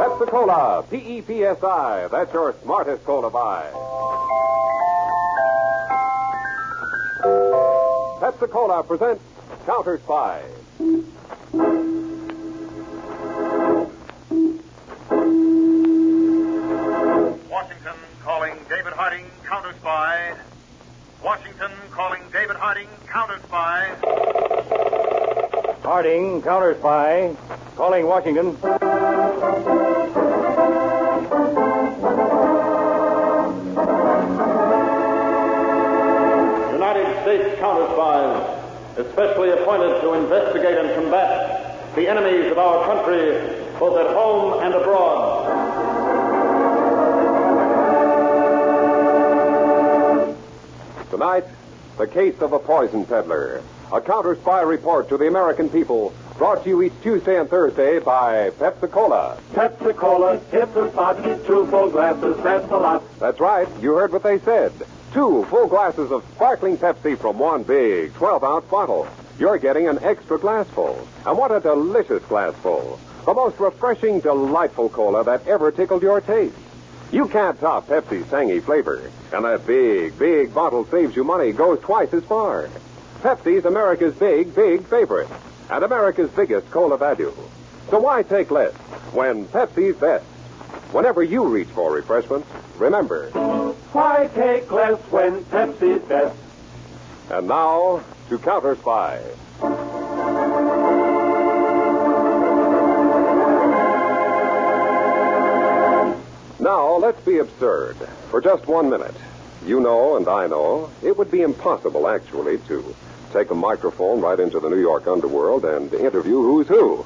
Pepsi-Cola, P-E-P-S-I. That's your smartest cola buy. Pepsi-Cola presents Counter Spy. Washington calling David Harding counter spy. Washington calling David Harding counter spy. Harding, counter spy. Calling Washington. United States counter spies, especially appointed to investigate and combat the enemies of our country, both at home and abroad. Tonight, the case of a poison peddler. A counter spy report to the American people brought to you each Tuesday and Thursday by Pepsi Cola. Pepsi Cola, hit the spot, two full glasses, that's a lot. That's right, you heard what they said. Two full glasses of sparkling Pepsi from one big 12 ounce bottle. You're getting an extra glassful. And what a delicious glassful. The most refreshing, delightful cola that ever tickled your taste. You can't top Pepsi's tangy flavor. And that big, big bottle saves you money, goes twice as far. Pepsi's America's big, big favorite. And America's biggest cola value. So why take less when Pepsi's best? Whenever you reach for refreshments, remember. Why take less when Pepsi's best? And now to Counter Spy. Now, let's be absurd for just one minute. You know, and I know, it would be impossible, actually, to take a microphone right into the New York underworld and interview who's who.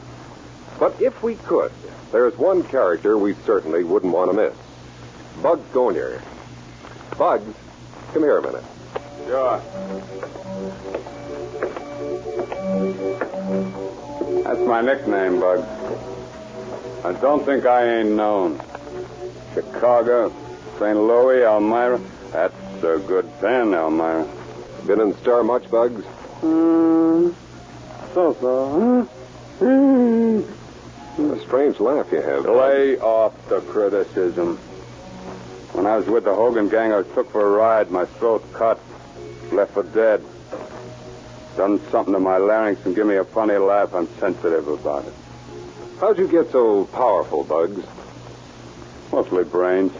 But if we could, there's one character we certainly wouldn't want to miss Bugs Gonier. Bugs, come here a minute. Sure. That's my nickname, Bug. I don't think I ain't known. Chicago, St. Louis, Elmira. That's a good pen, Elmira. Been in stir much, Bugs? Hmm. So so, huh? Hmm. Hmm, A strange laugh you have. Lay off the criticism. When I was with the Hogan gang, I was took for a ride. My throat cut, left for dead. Done something to my larynx and give me a funny laugh. I'm sensitive about it. How'd you get so powerful, Bugs? Mostly brains.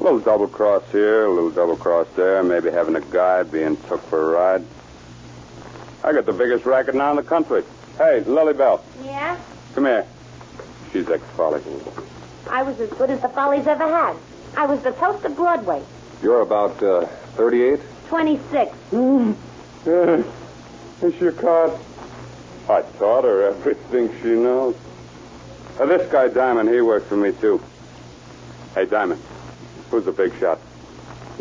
A little double cross here, a little double cross there, maybe having a guy being took for a ride. I got the biggest racket now in the country. Hey, Lily Bell, Yeah? come here. She's ex folly. I was as good as the Follies ever had. I was the toast of Broadway. You're about uh, 38? 26. Is your card? I taught her everything she knows. Uh, this guy, Diamond, he works for me, too. Hey, Diamond, who's the big shot?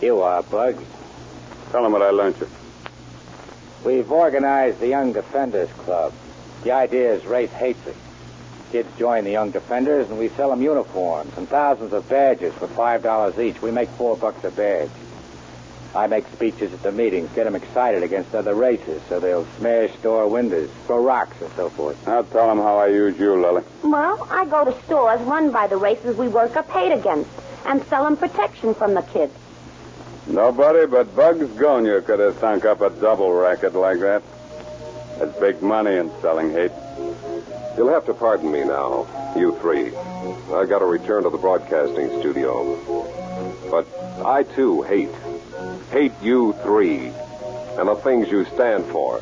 You are, Bugs. Tell him what I learned you. We've organized the Young Defenders Club. The idea is race hatred. Kids join the Young Defenders, and we sell them uniforms and thousands of badges for five dollars each. We make four bucks a badge. I make speeches at the meetings, get them excited against other races, so they'll smash store windows, throw rocks, and so forth. Now tell him how I use you, Lily. Well, I go to stores run by the races we work are paid against and sell them protection from the kids. Nobody but Bugs Gonia could have sunk up a double racket like that. That's big money in selling hate. You'll have to pardon me now, you three. I got to return to the broadcasting studio. But I too hate. Hate you three and the things you stand for.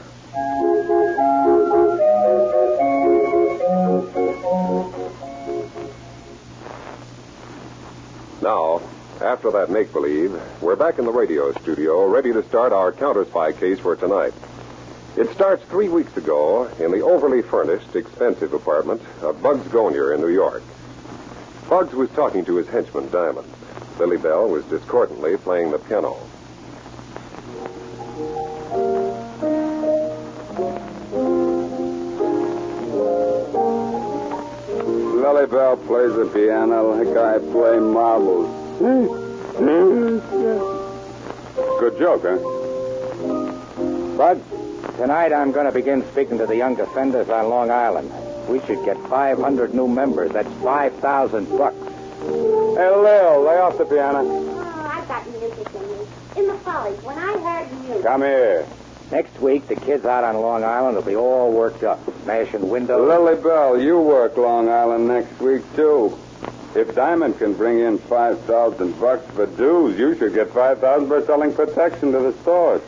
Now, after that make believe, we're back in the radio studio ready to start our counter spy case for tonight. It starts three weeks ago in the overly furnished, expensive apartment of Bugs Gonier in New York. Bugs was talking to his henchman, Diamond. Lily Bell was discordantly playing the piano. Lily Bell plays the piano like I play marbles. Good joke, huh? Bud, tonight I'm going to begin speaking to the Young Defenders on Long Island. We should get 500 new members. That's 5,000 bucks. Hey, Lil, lay off the piano. I've got music in me. In the follies, when I heard you. Come here. Next week, the kids out on Long Island will be all worked up, smashing windows. Lily Bell, you work Long Island next week, too. If Diamond can bring in 5000 bucks for dues, you should get 5000 for selling protection to the stores.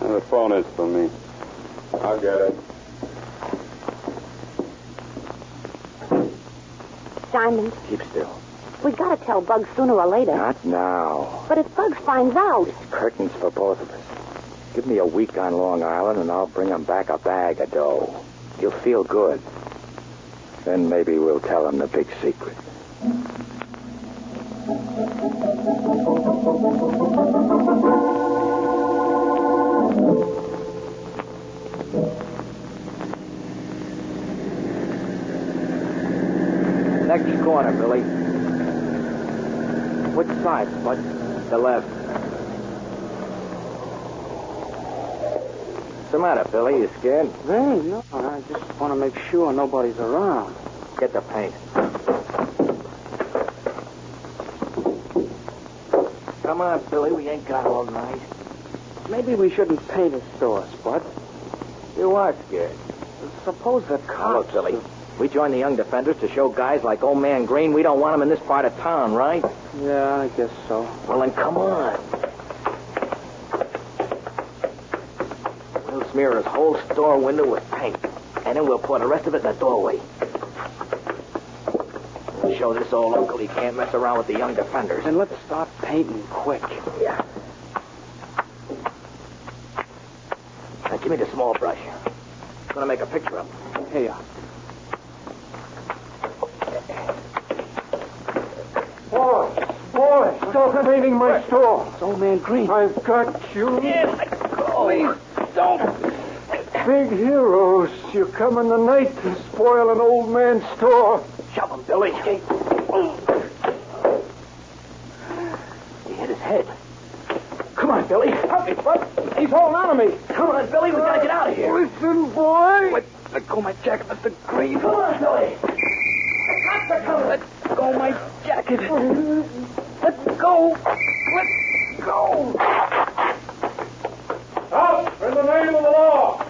Now, the phone is for me. I'll get it. Diamond, Keep still. we gotta tell Bugs sooner or later. Not now. But if Bugs finds out, It's curtains for both of us. Give me a week on Long Island, and I'll bring 'em back a bag of dough. You'll feel good. Then maybe we'll tell 'em the big secret. Next corner, Billy. Which side, Bud? The left. What's the matter, Billy? You scared? Hey, no, I just want to make sure nobody's around. Get the paint. Come on, Billy, we ain't got all night. Maybe we shouldn't paint a store, Spud. You are scared. Suppose the cops... Now, look, Billy. We joined the young defenders to show guys like old man Green we don't want him in this part of town, right? Yeah, I guess so. Well, then come on. We'll smear his whole store window with paint, and then we'll pour the rest of it in the doorway. We'll show this old uncle he can't mess around with the young defenders. And let's start painting quick. Yeah. Now, give me the small brush. I'm gonna make a picture of him. Here. Boy, boy, stop painting my store. It's old man Green. I've got you. Oh, Big heroes. You come in the night to spoil an old man's store. shove him, Billy. He hit his head. Come on, Billy. Help me, Bud. He's holding on to me. Come on, Billy. We gotta get out of here. Listen, boy. Wait, let go my jacket, Mr. Green. Come on, Billy. The cops are coming. Let go my jacket. Oh, Let go. Let go. Up in the name of the law.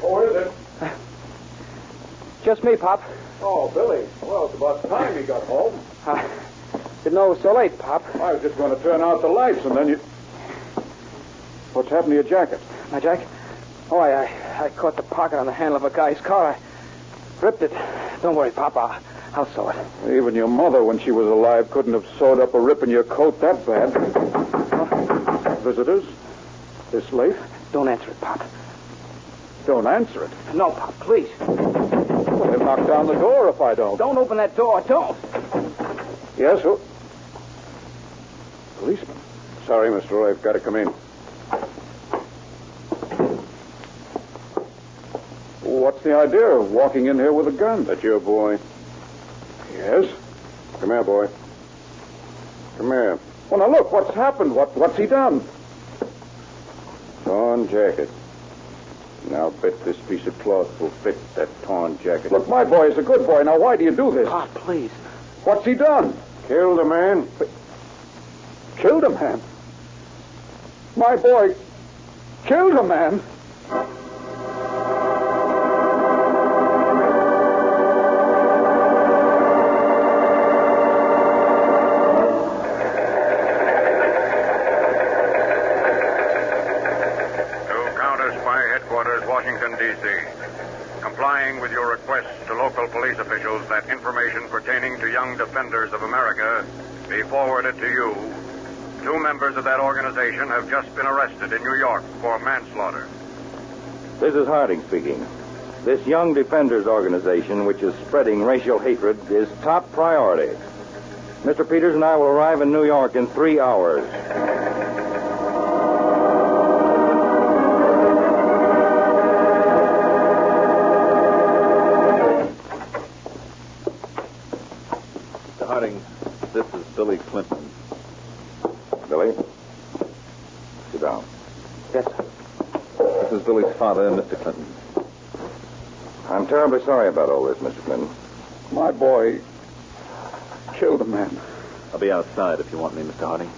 Who is it? Just me, Pop. Oh, Billy. Well, it's about time you got home. I Uh, didn't know it was so late, Pop. I was just going to turn out the lights, and then you. What's happened to your jacket? My Jack? Oh, I, I, I caught the pocket on the handle of a guy's car. I ripped it. Don't worry, Pop. I'll, I'll sew it. Even your mother, when she was alive, couldn't have sewed up a rip in your coat that bad. Visitors? This late? Don't answer it, Pop. Don't answer it. No, Pop, please. Well, they'll knock down the door if I don't. Don't open that door. Don't. Yes, who? Policeman. Sorry, Mr. Roy, I've got to come in. What's the idea of walking in here with a gun? That your boy? Yes. Come here, boy. Come here. Well, now look, what's happened? What, what's he done? Torn jacket. Now bet this piece of cloth will fit that torn jacket. Look, my boy is a good boy. Now, why do you do this? Pop, please. What's he done? killed a man. Killed a man. My boy killed a man. To Counter Spy Headquarters, Washington, D.C. Complying with your request to local police officials that information pertaining to young defenders of America be forwarded to you, two members of that organization have just been arrested in New York for manslaughter. This is Harding speaking. This Young Defenders organization, which is spreading racial hatred, is top priority. Mr. Peters and I will arrive in New York in three hours. down. Yes, sir. This is Billy's father, Mr. Clinton. I'm terribly sorry about all this, Mr. Clinton. My boy killed a man. I'll be outside if you want me, Mr. Harding.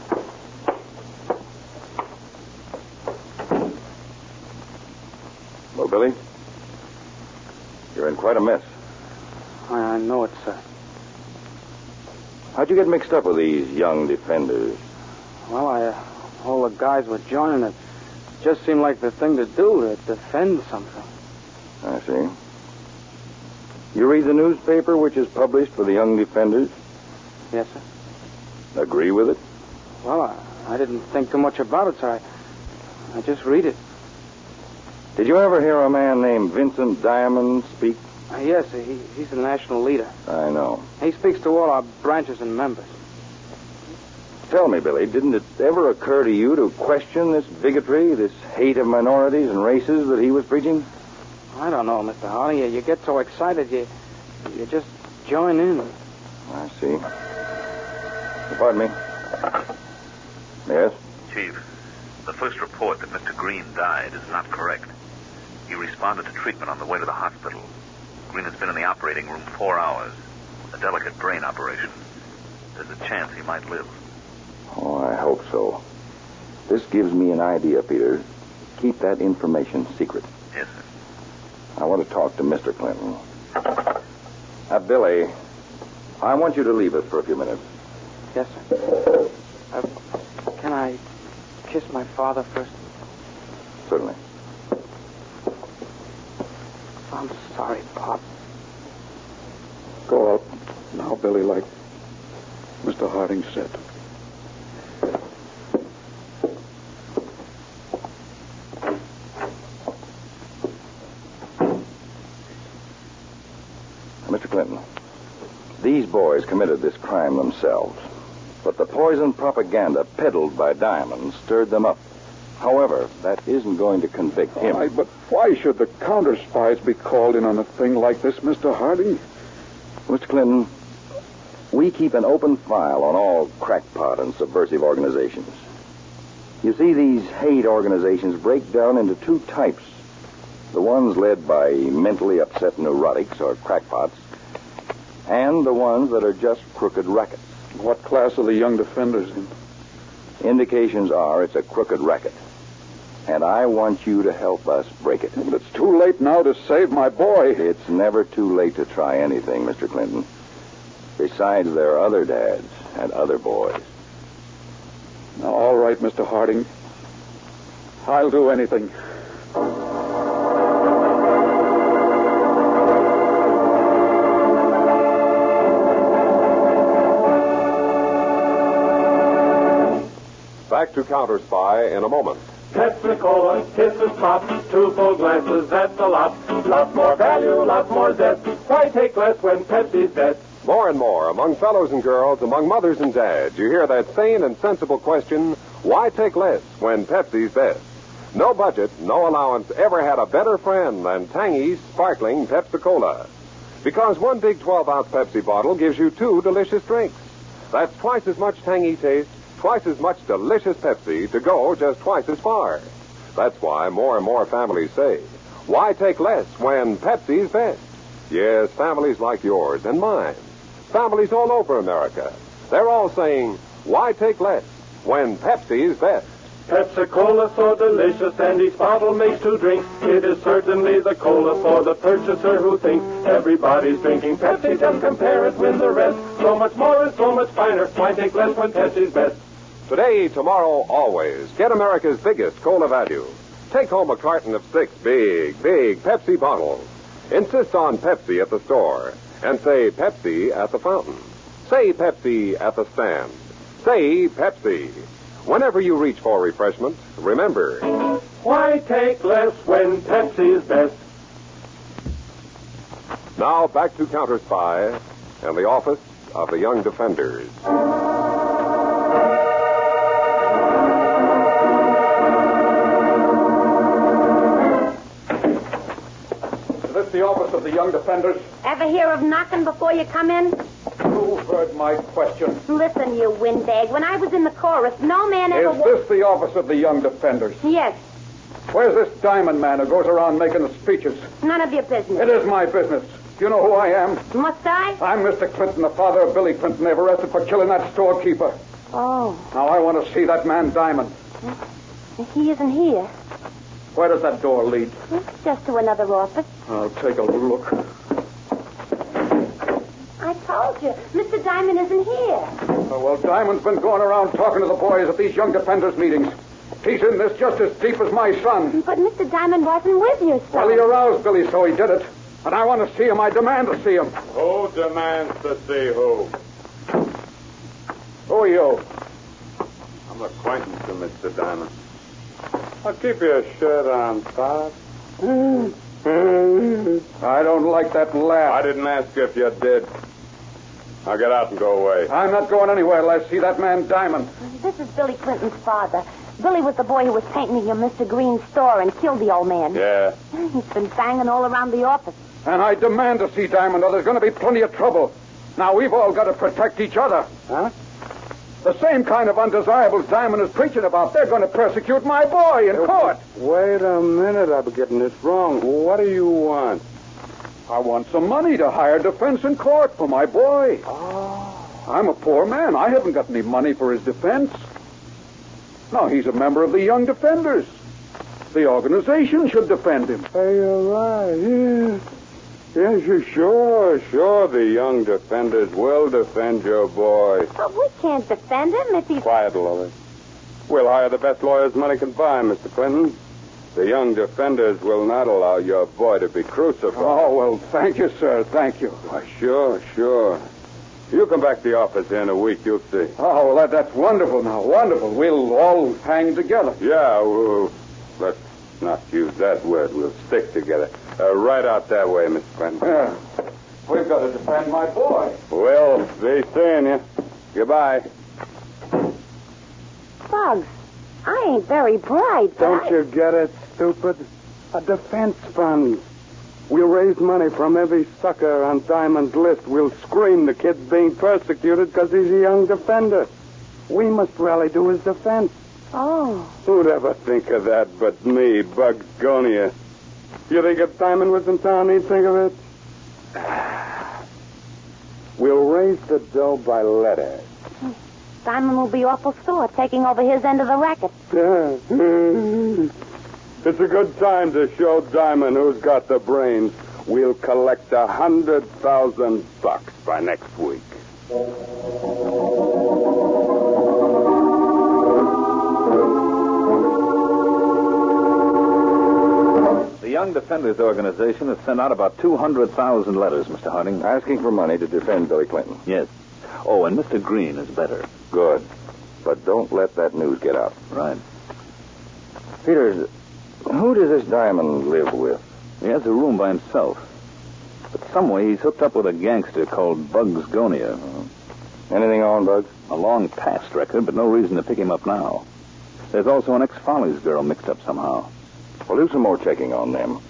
Well, Billy, you're in quite a mess. I, I know uh, it, sir. How'd you get mixed up with these young defenders? Well, I, uh, all the guys were joining it. Just seemed like the thing to do to defend something. I see. You read the newspaper which is published for the young defenders? Yes, sir. Agree with it? Well, I, I didn't think too much about it, sir. I, I just read it. Did you ever hear a man named Vincent Diamond speak? Uh, yes, sir, he, he's the national leader. I know. He speaks to all our branches and members. Tell me, Billy, didn't it ever occur to you to question this bigotry, this hate of minorities and races that he was preaching? I don't know, Mr. Holly. You, you get so excited, you you just join in. I see. Pardon me. Yes? Chief, the first report that Mr. Green died is not correct. He responded to treatment on the way to the hospital. Green has been in the operating room four hours. A delicate brain operation. There's a chance he might live. Oh, I hope so. This gives me an idea, Peter. Keep that information secret. Yes, sir. I want to talk to Mr. Clinton. Uh, Billy, I want you to leave us for a few minutes. Yes, sir. Uh, can I kiss my father first? Certainly. I'm sorry, Pop. Go out now, Billy, like Mr. Harding said. Mr. Clinton, these boys committed this crime themselves, but the poison propaganda peddled by Diamond stirred them up. However, that isn't going to convict him. Why, but why should the counter spies be called in on a thing like this, Mr. Harding? Mr. Clinton, we keep an open file on all crackpot and subversive organizations. You see, these hate organizations break down into two types the ones led by mentally upset neurotics or crackpots, and the ones that are just crooked rackets. What class are the young defenders in? Indications are it's a crooked racket. And I want you to help us break it. But it's too late now to save my boy. It's never too late to try anything, Mr. Clinton. Besides, there are other dads and other boys. Now, all right, Mr. Harding. I'll do anything. Back to Counter Spy in a moment. Pepsi Cola, kisses pop, two full glasses, that's a lot. Lot more value, lot more zest. Why take less when Pepsi's best? More and more, among fellows and girls, among mothers and dads, you hear that sane and sensible question why take less when Pepsi's best? No budget, no allowance ever had a better friend than Tangy's sparkling Pepsi Cola. Because one big 12 ounce Pepsi bottle gives you two delicious drinks. That's twice as much tangy taste, twice as much delicious Pepsi to go just twice as far. That's why more and more families say, why take less when Pepsi's best? Yes, families like yours and mine, families all over America, they're all saying, why take less when Pepsi's best? Pepsi Cola so delicious, and each bottle makes two drinks. It is certainly the cola for the purchaser who thinks everybody's drinking Pepsi. Just compare it with the rest. So much more and so much finer. Why take less when Pepsi's best? Today, tomorrow, always. Get America's biggest cola value. Take home a carton of six big, big Pepsi bottles. Insist on Pepsi at the store and say Pepsi at the fountain. Say Pepsi at the stand. Say Pepsi. Whenever you reach for refreshment, remember. Why take less when Pepsi's best? Now back to Counter Spy and the Office of the Young Defenders. Is this the office of the young defenders? Ever hear of knocking before you come in? You heard my question. Listen, you windbag. When I was in the chorus, no man ever Is wa- this the office of the Young Defenders? Yes, Where's this diamond man who goes around making the speeches? none of your business. It is my business. Do you know who I am? Must I? I'm Mr. Clinton, the father of Billy Clinton. They have arrested for killing that storekeeper. Oh, Now I want to see that man Diamond. he isn't here. Where does that door lead? It's just to another office. I'll take a look. I told you, Mr. Diamond isn't here. Oh, well, Diamond's been going around talking to the boys at these young defenders meetings. He's in this just as deep as my son. But Mr. Diamond wasn't with you, son. Well, he aroused Billy, so he did it. And I want to see him. I demand to see him. Who demands to see who? Who are you? I'm acquaintance to Mr. Diamond. I'll keep your shirt on, Todd. Mm. I don't like that laugh. I didn't ask you if you did. Now get out and go away. I'm not going anywhere till I see that man Diamond. This is Billy Clinton's father. Billy was the boy who was painting in your Mr. Green's store and killed the old man. Yeah. He's been banging all around the office. And I demand to see Diamond, or there's going to be plenty of trouble. Now, we've all got to protect each other. Huh? The same kind of undesirables Diamond is preaching about. They're going to persecute my boy in court. Wait a minute. I'm getting this wrong. What do you want? I want some money to hire defense in court for my boy. Oh. I'm a poor man. I haven't got any money for his defense. Now, he's a member of the Young Defenders. The organization should defend him. Hey, you're right. Yeah. Yes, you- sure, sure. The young defenders will defend your boy. But we can't defend him if he's. Quiet, Lily. We'll hire the best lawyers money can buy, Mr. Clinton. The young defenders will not allow your boy to be crucified. Oh, well, thank you, sir. Thank you. Why, sure, sure. You come back to the office here in a week, you'll see. Oh, well, that, that's wonderful now. Wonderful. We'll all hang together. Yeah, well, let's not use that word. We'll stick together. Uh, right out that way, Mr. Clinton. Yeah. We've got to defend my boy. Well, be seeing you. Goodbye. Bugs, I ain't very bright. but Don't I- you get it, stupid? A defense fund. We'll raise money from every sucker on Diamond's list. We'll scream the kid's being persecuted because he's a young defender. We must rally to his defense. Oh. Who'd ever think of that but me, Buggonia? You think if Diamond was in town, he'd think of it? We'll raise the dough by letter. Diamond will be awful sore taking over his end of the racket. Yeah. it's a good time to show Diamond who's got the brains. We'll collect a hundred thousand bucks by next week. The Young Defenders Organization has sent out about 200,000 letters, Mr. Harding. Asking for money to defend Billy Clinton. Yes. Oh, and Mr. Green is better. Good. But don't let that news get out. Right. Peters, who does this Diamond live with? He has a room by himself. But some way he's hooked up with a gangster called Bugs Gonia. Mm-hmm. Anything on Bugs? A long past record, but no reason to pick him up now. There's also an ex-Follies girl mixed up somehow. We'll do some more checking on them.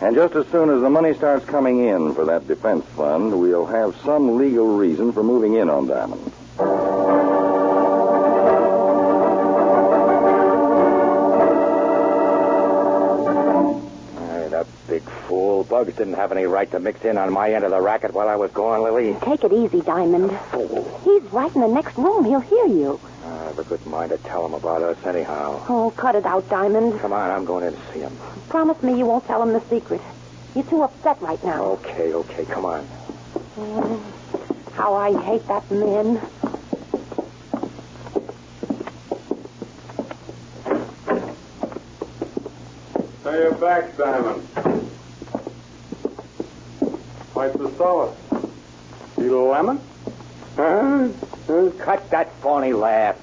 And just as soon as the money starts coming in for that defense fund, we'll have some legal reason for moving in on Diamond. Hey, that big fool. Bugs didn't have any right to mix in on my end of the racket while I was gone, Lily. Take it easy, Diamond. He's right in the next room. He'll hear you. I have a good mind to tell him about us anyhow. Oh, cut it out, Diamond. Come on, I'm going in to see him. Promise me you won't tell him the secret. You're too upset right now. Okay, okay, come on. Mm, How I hate that man. Pay your back, Diamond. Why's the solace? You lemon? Huh? Cut that phony laugh.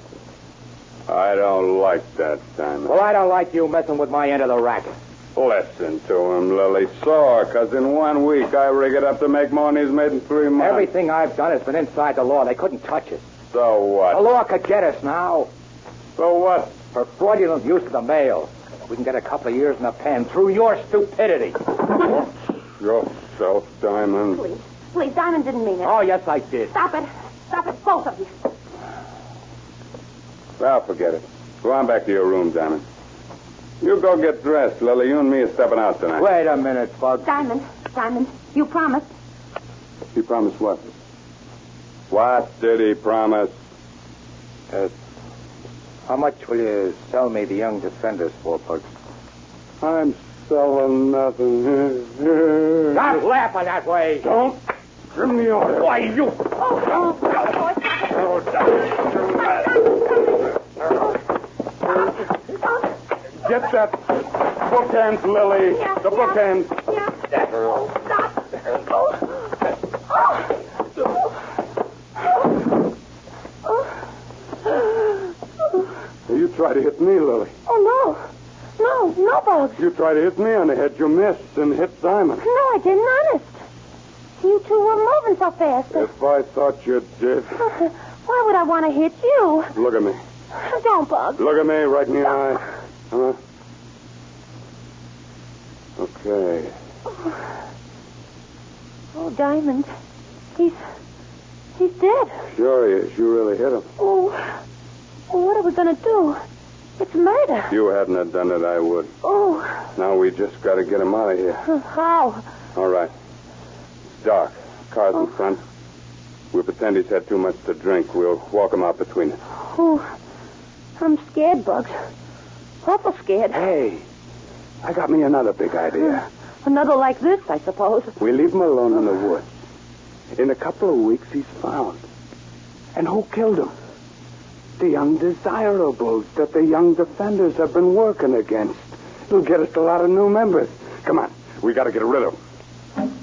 I don't like that, Diamond. Well, I don't like you messing with my end of the racket. Listen to him, Lily. Sore, 'cause in one week I rig it up to make more than he's made in three months. Everything I've done has been inside the law. They couldn't touch us. So what? The law could get us now. So what? For fraudulent use of the mail. We can get a couple of years in the pen through your stupidity. Yourself, Diamond. Please, Diamond didn't mean it. Oh, yes, I did. Stop it. Stop it, both of you. Well, Ah, forget it. Go on back to your room, Diamond. You go get dressed, Lily. You and me are stepping out tonight. Wait a minute, folks. Diamond, Diamond, you promised. He promised what? What did he promise? Uh, how much will you sell me the young defenders for, folks? I'm selling nothing. Stop laughing that way. Don't give me order. Why, you. Get that bookends, Lily. The bookends. You tried to hit me, Lily. Oh, no. No, no, Bugs. You tried to hit me on the head. You missed and hit Diamond. No, I didn't, honest. You two were moving so fast. If I thought you did, Why would I want to hit you? look at me. Don't, Bugs. Look at me right in the eye. Huh? Okay. Oh, Diamond. He's. He's dead. Curious. You really hit him. Oh. oh what are we going to do? It's murder. If you hadn't have done it, I would. Oh, Now we just got to get him out of here. how? All right. It's dark. Car's in front. We'll pretend he's had too much to drink. We'll walk him out between us. Oh, I'm scared, Bugs. Awful scared. Hey, I got me another big idea. Another like this, I suppose. We leave him alone in the woods. In a couple of weeks, he's found. And who killed him? The young desirables that the young defenders have been working against. It'll get us a lot of new members. Come on, we got to get rid of him.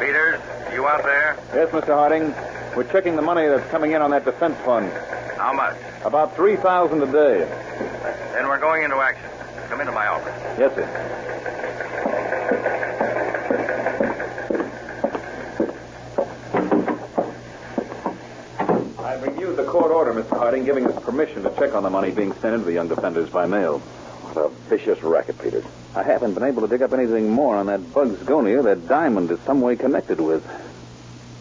Peters, you out there? Yes, Mr. Harding. We're checking the money that's coming in on that defense fund. How much? About 3000 a day. Then we're going into action. Come into my office. Yes, sir. I've reviewed the court order, Mr. Harding, giving us permission to check on the money being sent into the young defenders by mail. What a vicious racket, Peters. I haven't been able to dig up anything more on that Bugs Gonia that Diamond is some way connected with.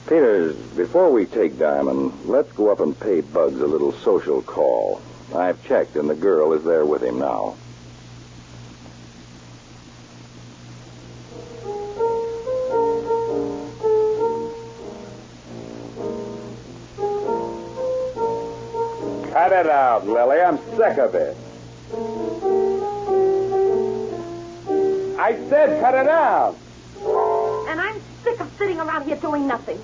Peters, before we take Diamond, let's go up and pay Bugs a little social call. I've checked, and the girl is there with him now. Cut it out, Lily. I'm sick of it. I said cut it out. And I'm sick of sitting around here doing nothing.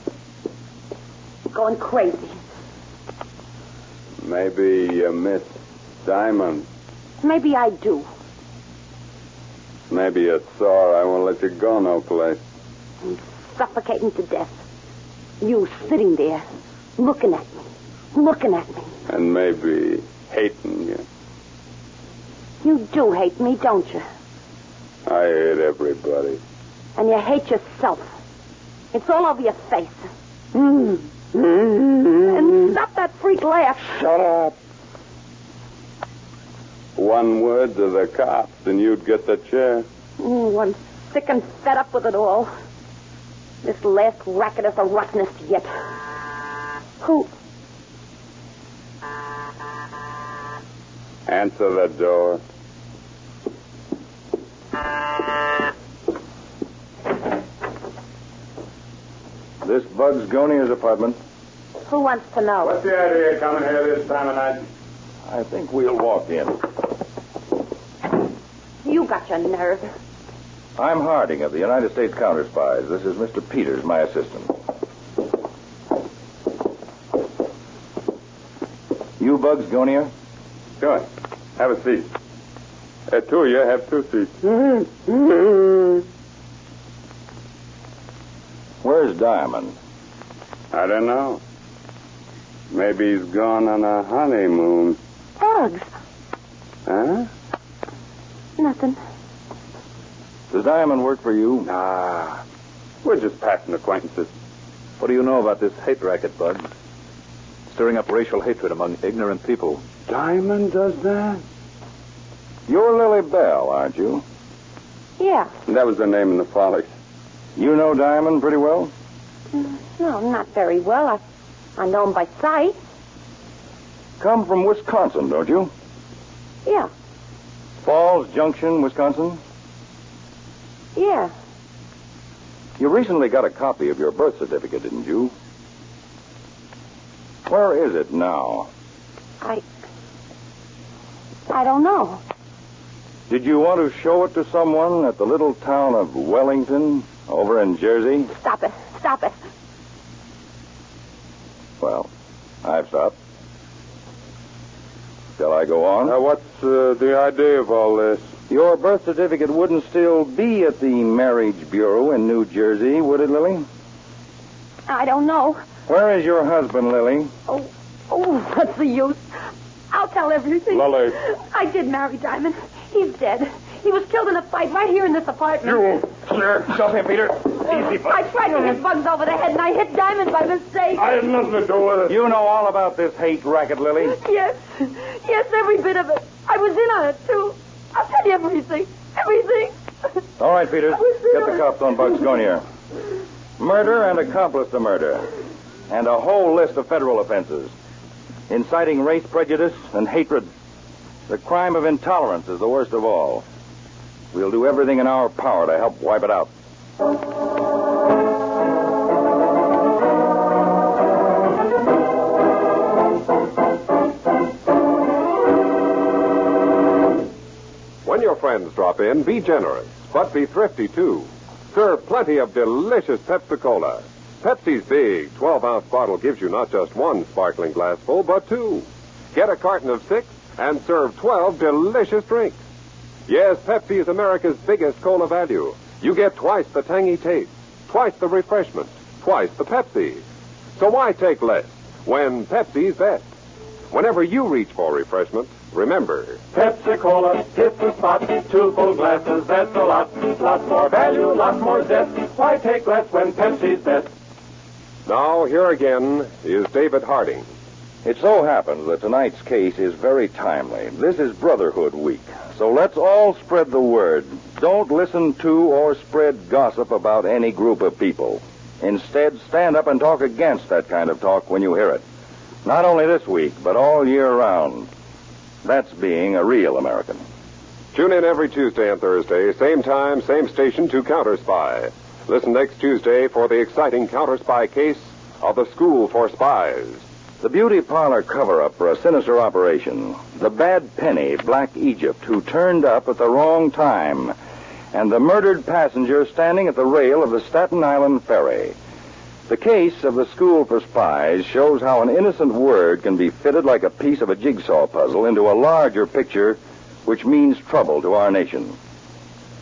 Going crazy. Maybe you miss Diamond. Maybe I do. Maybe you saw her. I won't let you go no place. Suffocating to death. You sitting there, looking at me. Looking at me. And maybe hating you. You do hate me, don't you? I hate everybody. And you hate yourself. It's all over your face. Mm. And stop that freak laugh. Shut up. One word to the cops and you'd get the chair. Mm, I'm sick and fed up with it all. This last racket is the rottenest yet. Who? Answer the door. This Bugs Gonia's apartment. Who wants to know? What's the idea of coming here this time of night? I think we'll walk in. You got your nerve. I'm Harding of the United States Counter Spies. This is Mr. Peters, my assistant. You, Bugs Gonia? Sure. Have a seat. Uh, two of you have two seats. Where's Diamond? I don't know. Maybe he's gone on a honeymoon. Bugs. Huh? Nothing. Does Diamond work for you? Nah. We're just passing acquaintances. What do you know about this hate racket, Bud? Stirring up racial hatred among ignorant people. Diamond does that? You're Lily Bell, aren't you? Yeah. That was the name in the follies. You know Diamond pretty well? No, not very well. I, I know him by sight. Come from Wisconsin, don't you? Yeah, Falls Junction, Wisconsin? yeah. You recently got a copy of your birth certificate, didn't you? Where is it now? I. I don't know. Did you want to show it to someone at the little town of Wellington over in Jersey? Stop it. Stop it. Well, I've stopped. Shall I go on? Now, what's uh, the idea of all this? Your birth certificate wouldn't still be at the Marriage Bureau in New Jersey, would it, Lily? I don't know. Where is your husband, Lily? Oh, oh, what's the use? I'll tell everything. Lily. I did marry Diamond. He's dead. He was killed in a fight right here in this apartment. Oh, Sure. Shove him, Peter. Easy, I tried to hit Bugs over the head, and I hit Diamond by mistake. had nothing to do with it. You know all about this hate racket, Lily. Yes, yes, every bit of it. I was in on it, too. I'll tell you everything. Everything. All right, Peters. Get the cops on Bugs Gonier. Murder and accomplice to murder. And a whole list of federal offenses. Inciting race prejudice and hatred. The crime of intolerance is the worst of all. We'll do everything in our power to help wipe it out. When your friends drop in, be generous, but be thrifty too. Serve plenty of delicious Pepsi Cola. Pepsi's big 12 ounce bottle gives you not just one sparkling glassful, but two. Get a carton of six and serve 12 delicious drinks. Yes, Pepsi is America's biggest cola value. You get twice the tangy taste, twice the refreshment, twice the Pepsi. So why take less when Pepsi's best? Whenever you reach for refreshment, remember Pepsi Cola hits the spot. Two full glasses, that's a lot. Lots more value, lots more zest. Why take less when Pepsi's best? Now, here again is David Harding. It so happens that tonight's case is very timely. This is Brotherhood Week. So let's all spread the word. Don't listen to or spread gossip about any group of people. Instead, stand up and talk against that kind of talk when you hear it. Not only this week, but all year round. That's being a real American. Tune in every Tuesday and Thursday, same time, same station to Counter Spy. Listen next Tuesday for the exciting Counter Spy case of the School for Spies. The beauty parlor cover up for a sinister operation. The bad penny, Black Egypt, who turned up at the wrong time. And the murdered passenger standing at the rail of the Staten Island ferry. The case of the School for Spies shows how an innocent word can be fitted like a piece of a jigsaw puzzle into a larger picture which means trouble to our nation.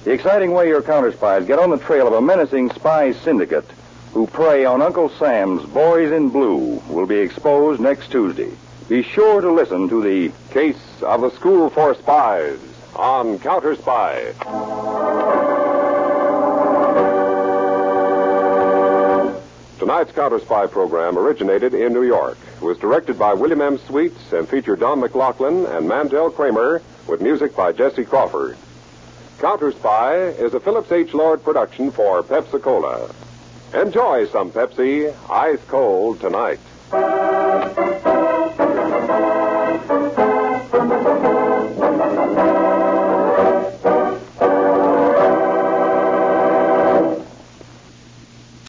The exciting way your counter spies get on the trail of a menacing spy syndicate who prey on Uncle Sam's Boys in Blue will be exposed next Tuesday. Be sure to listen to the Case of the School for Spies on Counter Spy. Tonight's Counter Spy program originated in New York, was directed by William M. Sweets, and featured Don McLaughlin and Mandel Kramer with music by Jesse Crawford. Counter Spy is a Phillips H. Lord production for Pepsi Cola. Enjoy some Pepsi, ice cold tonight.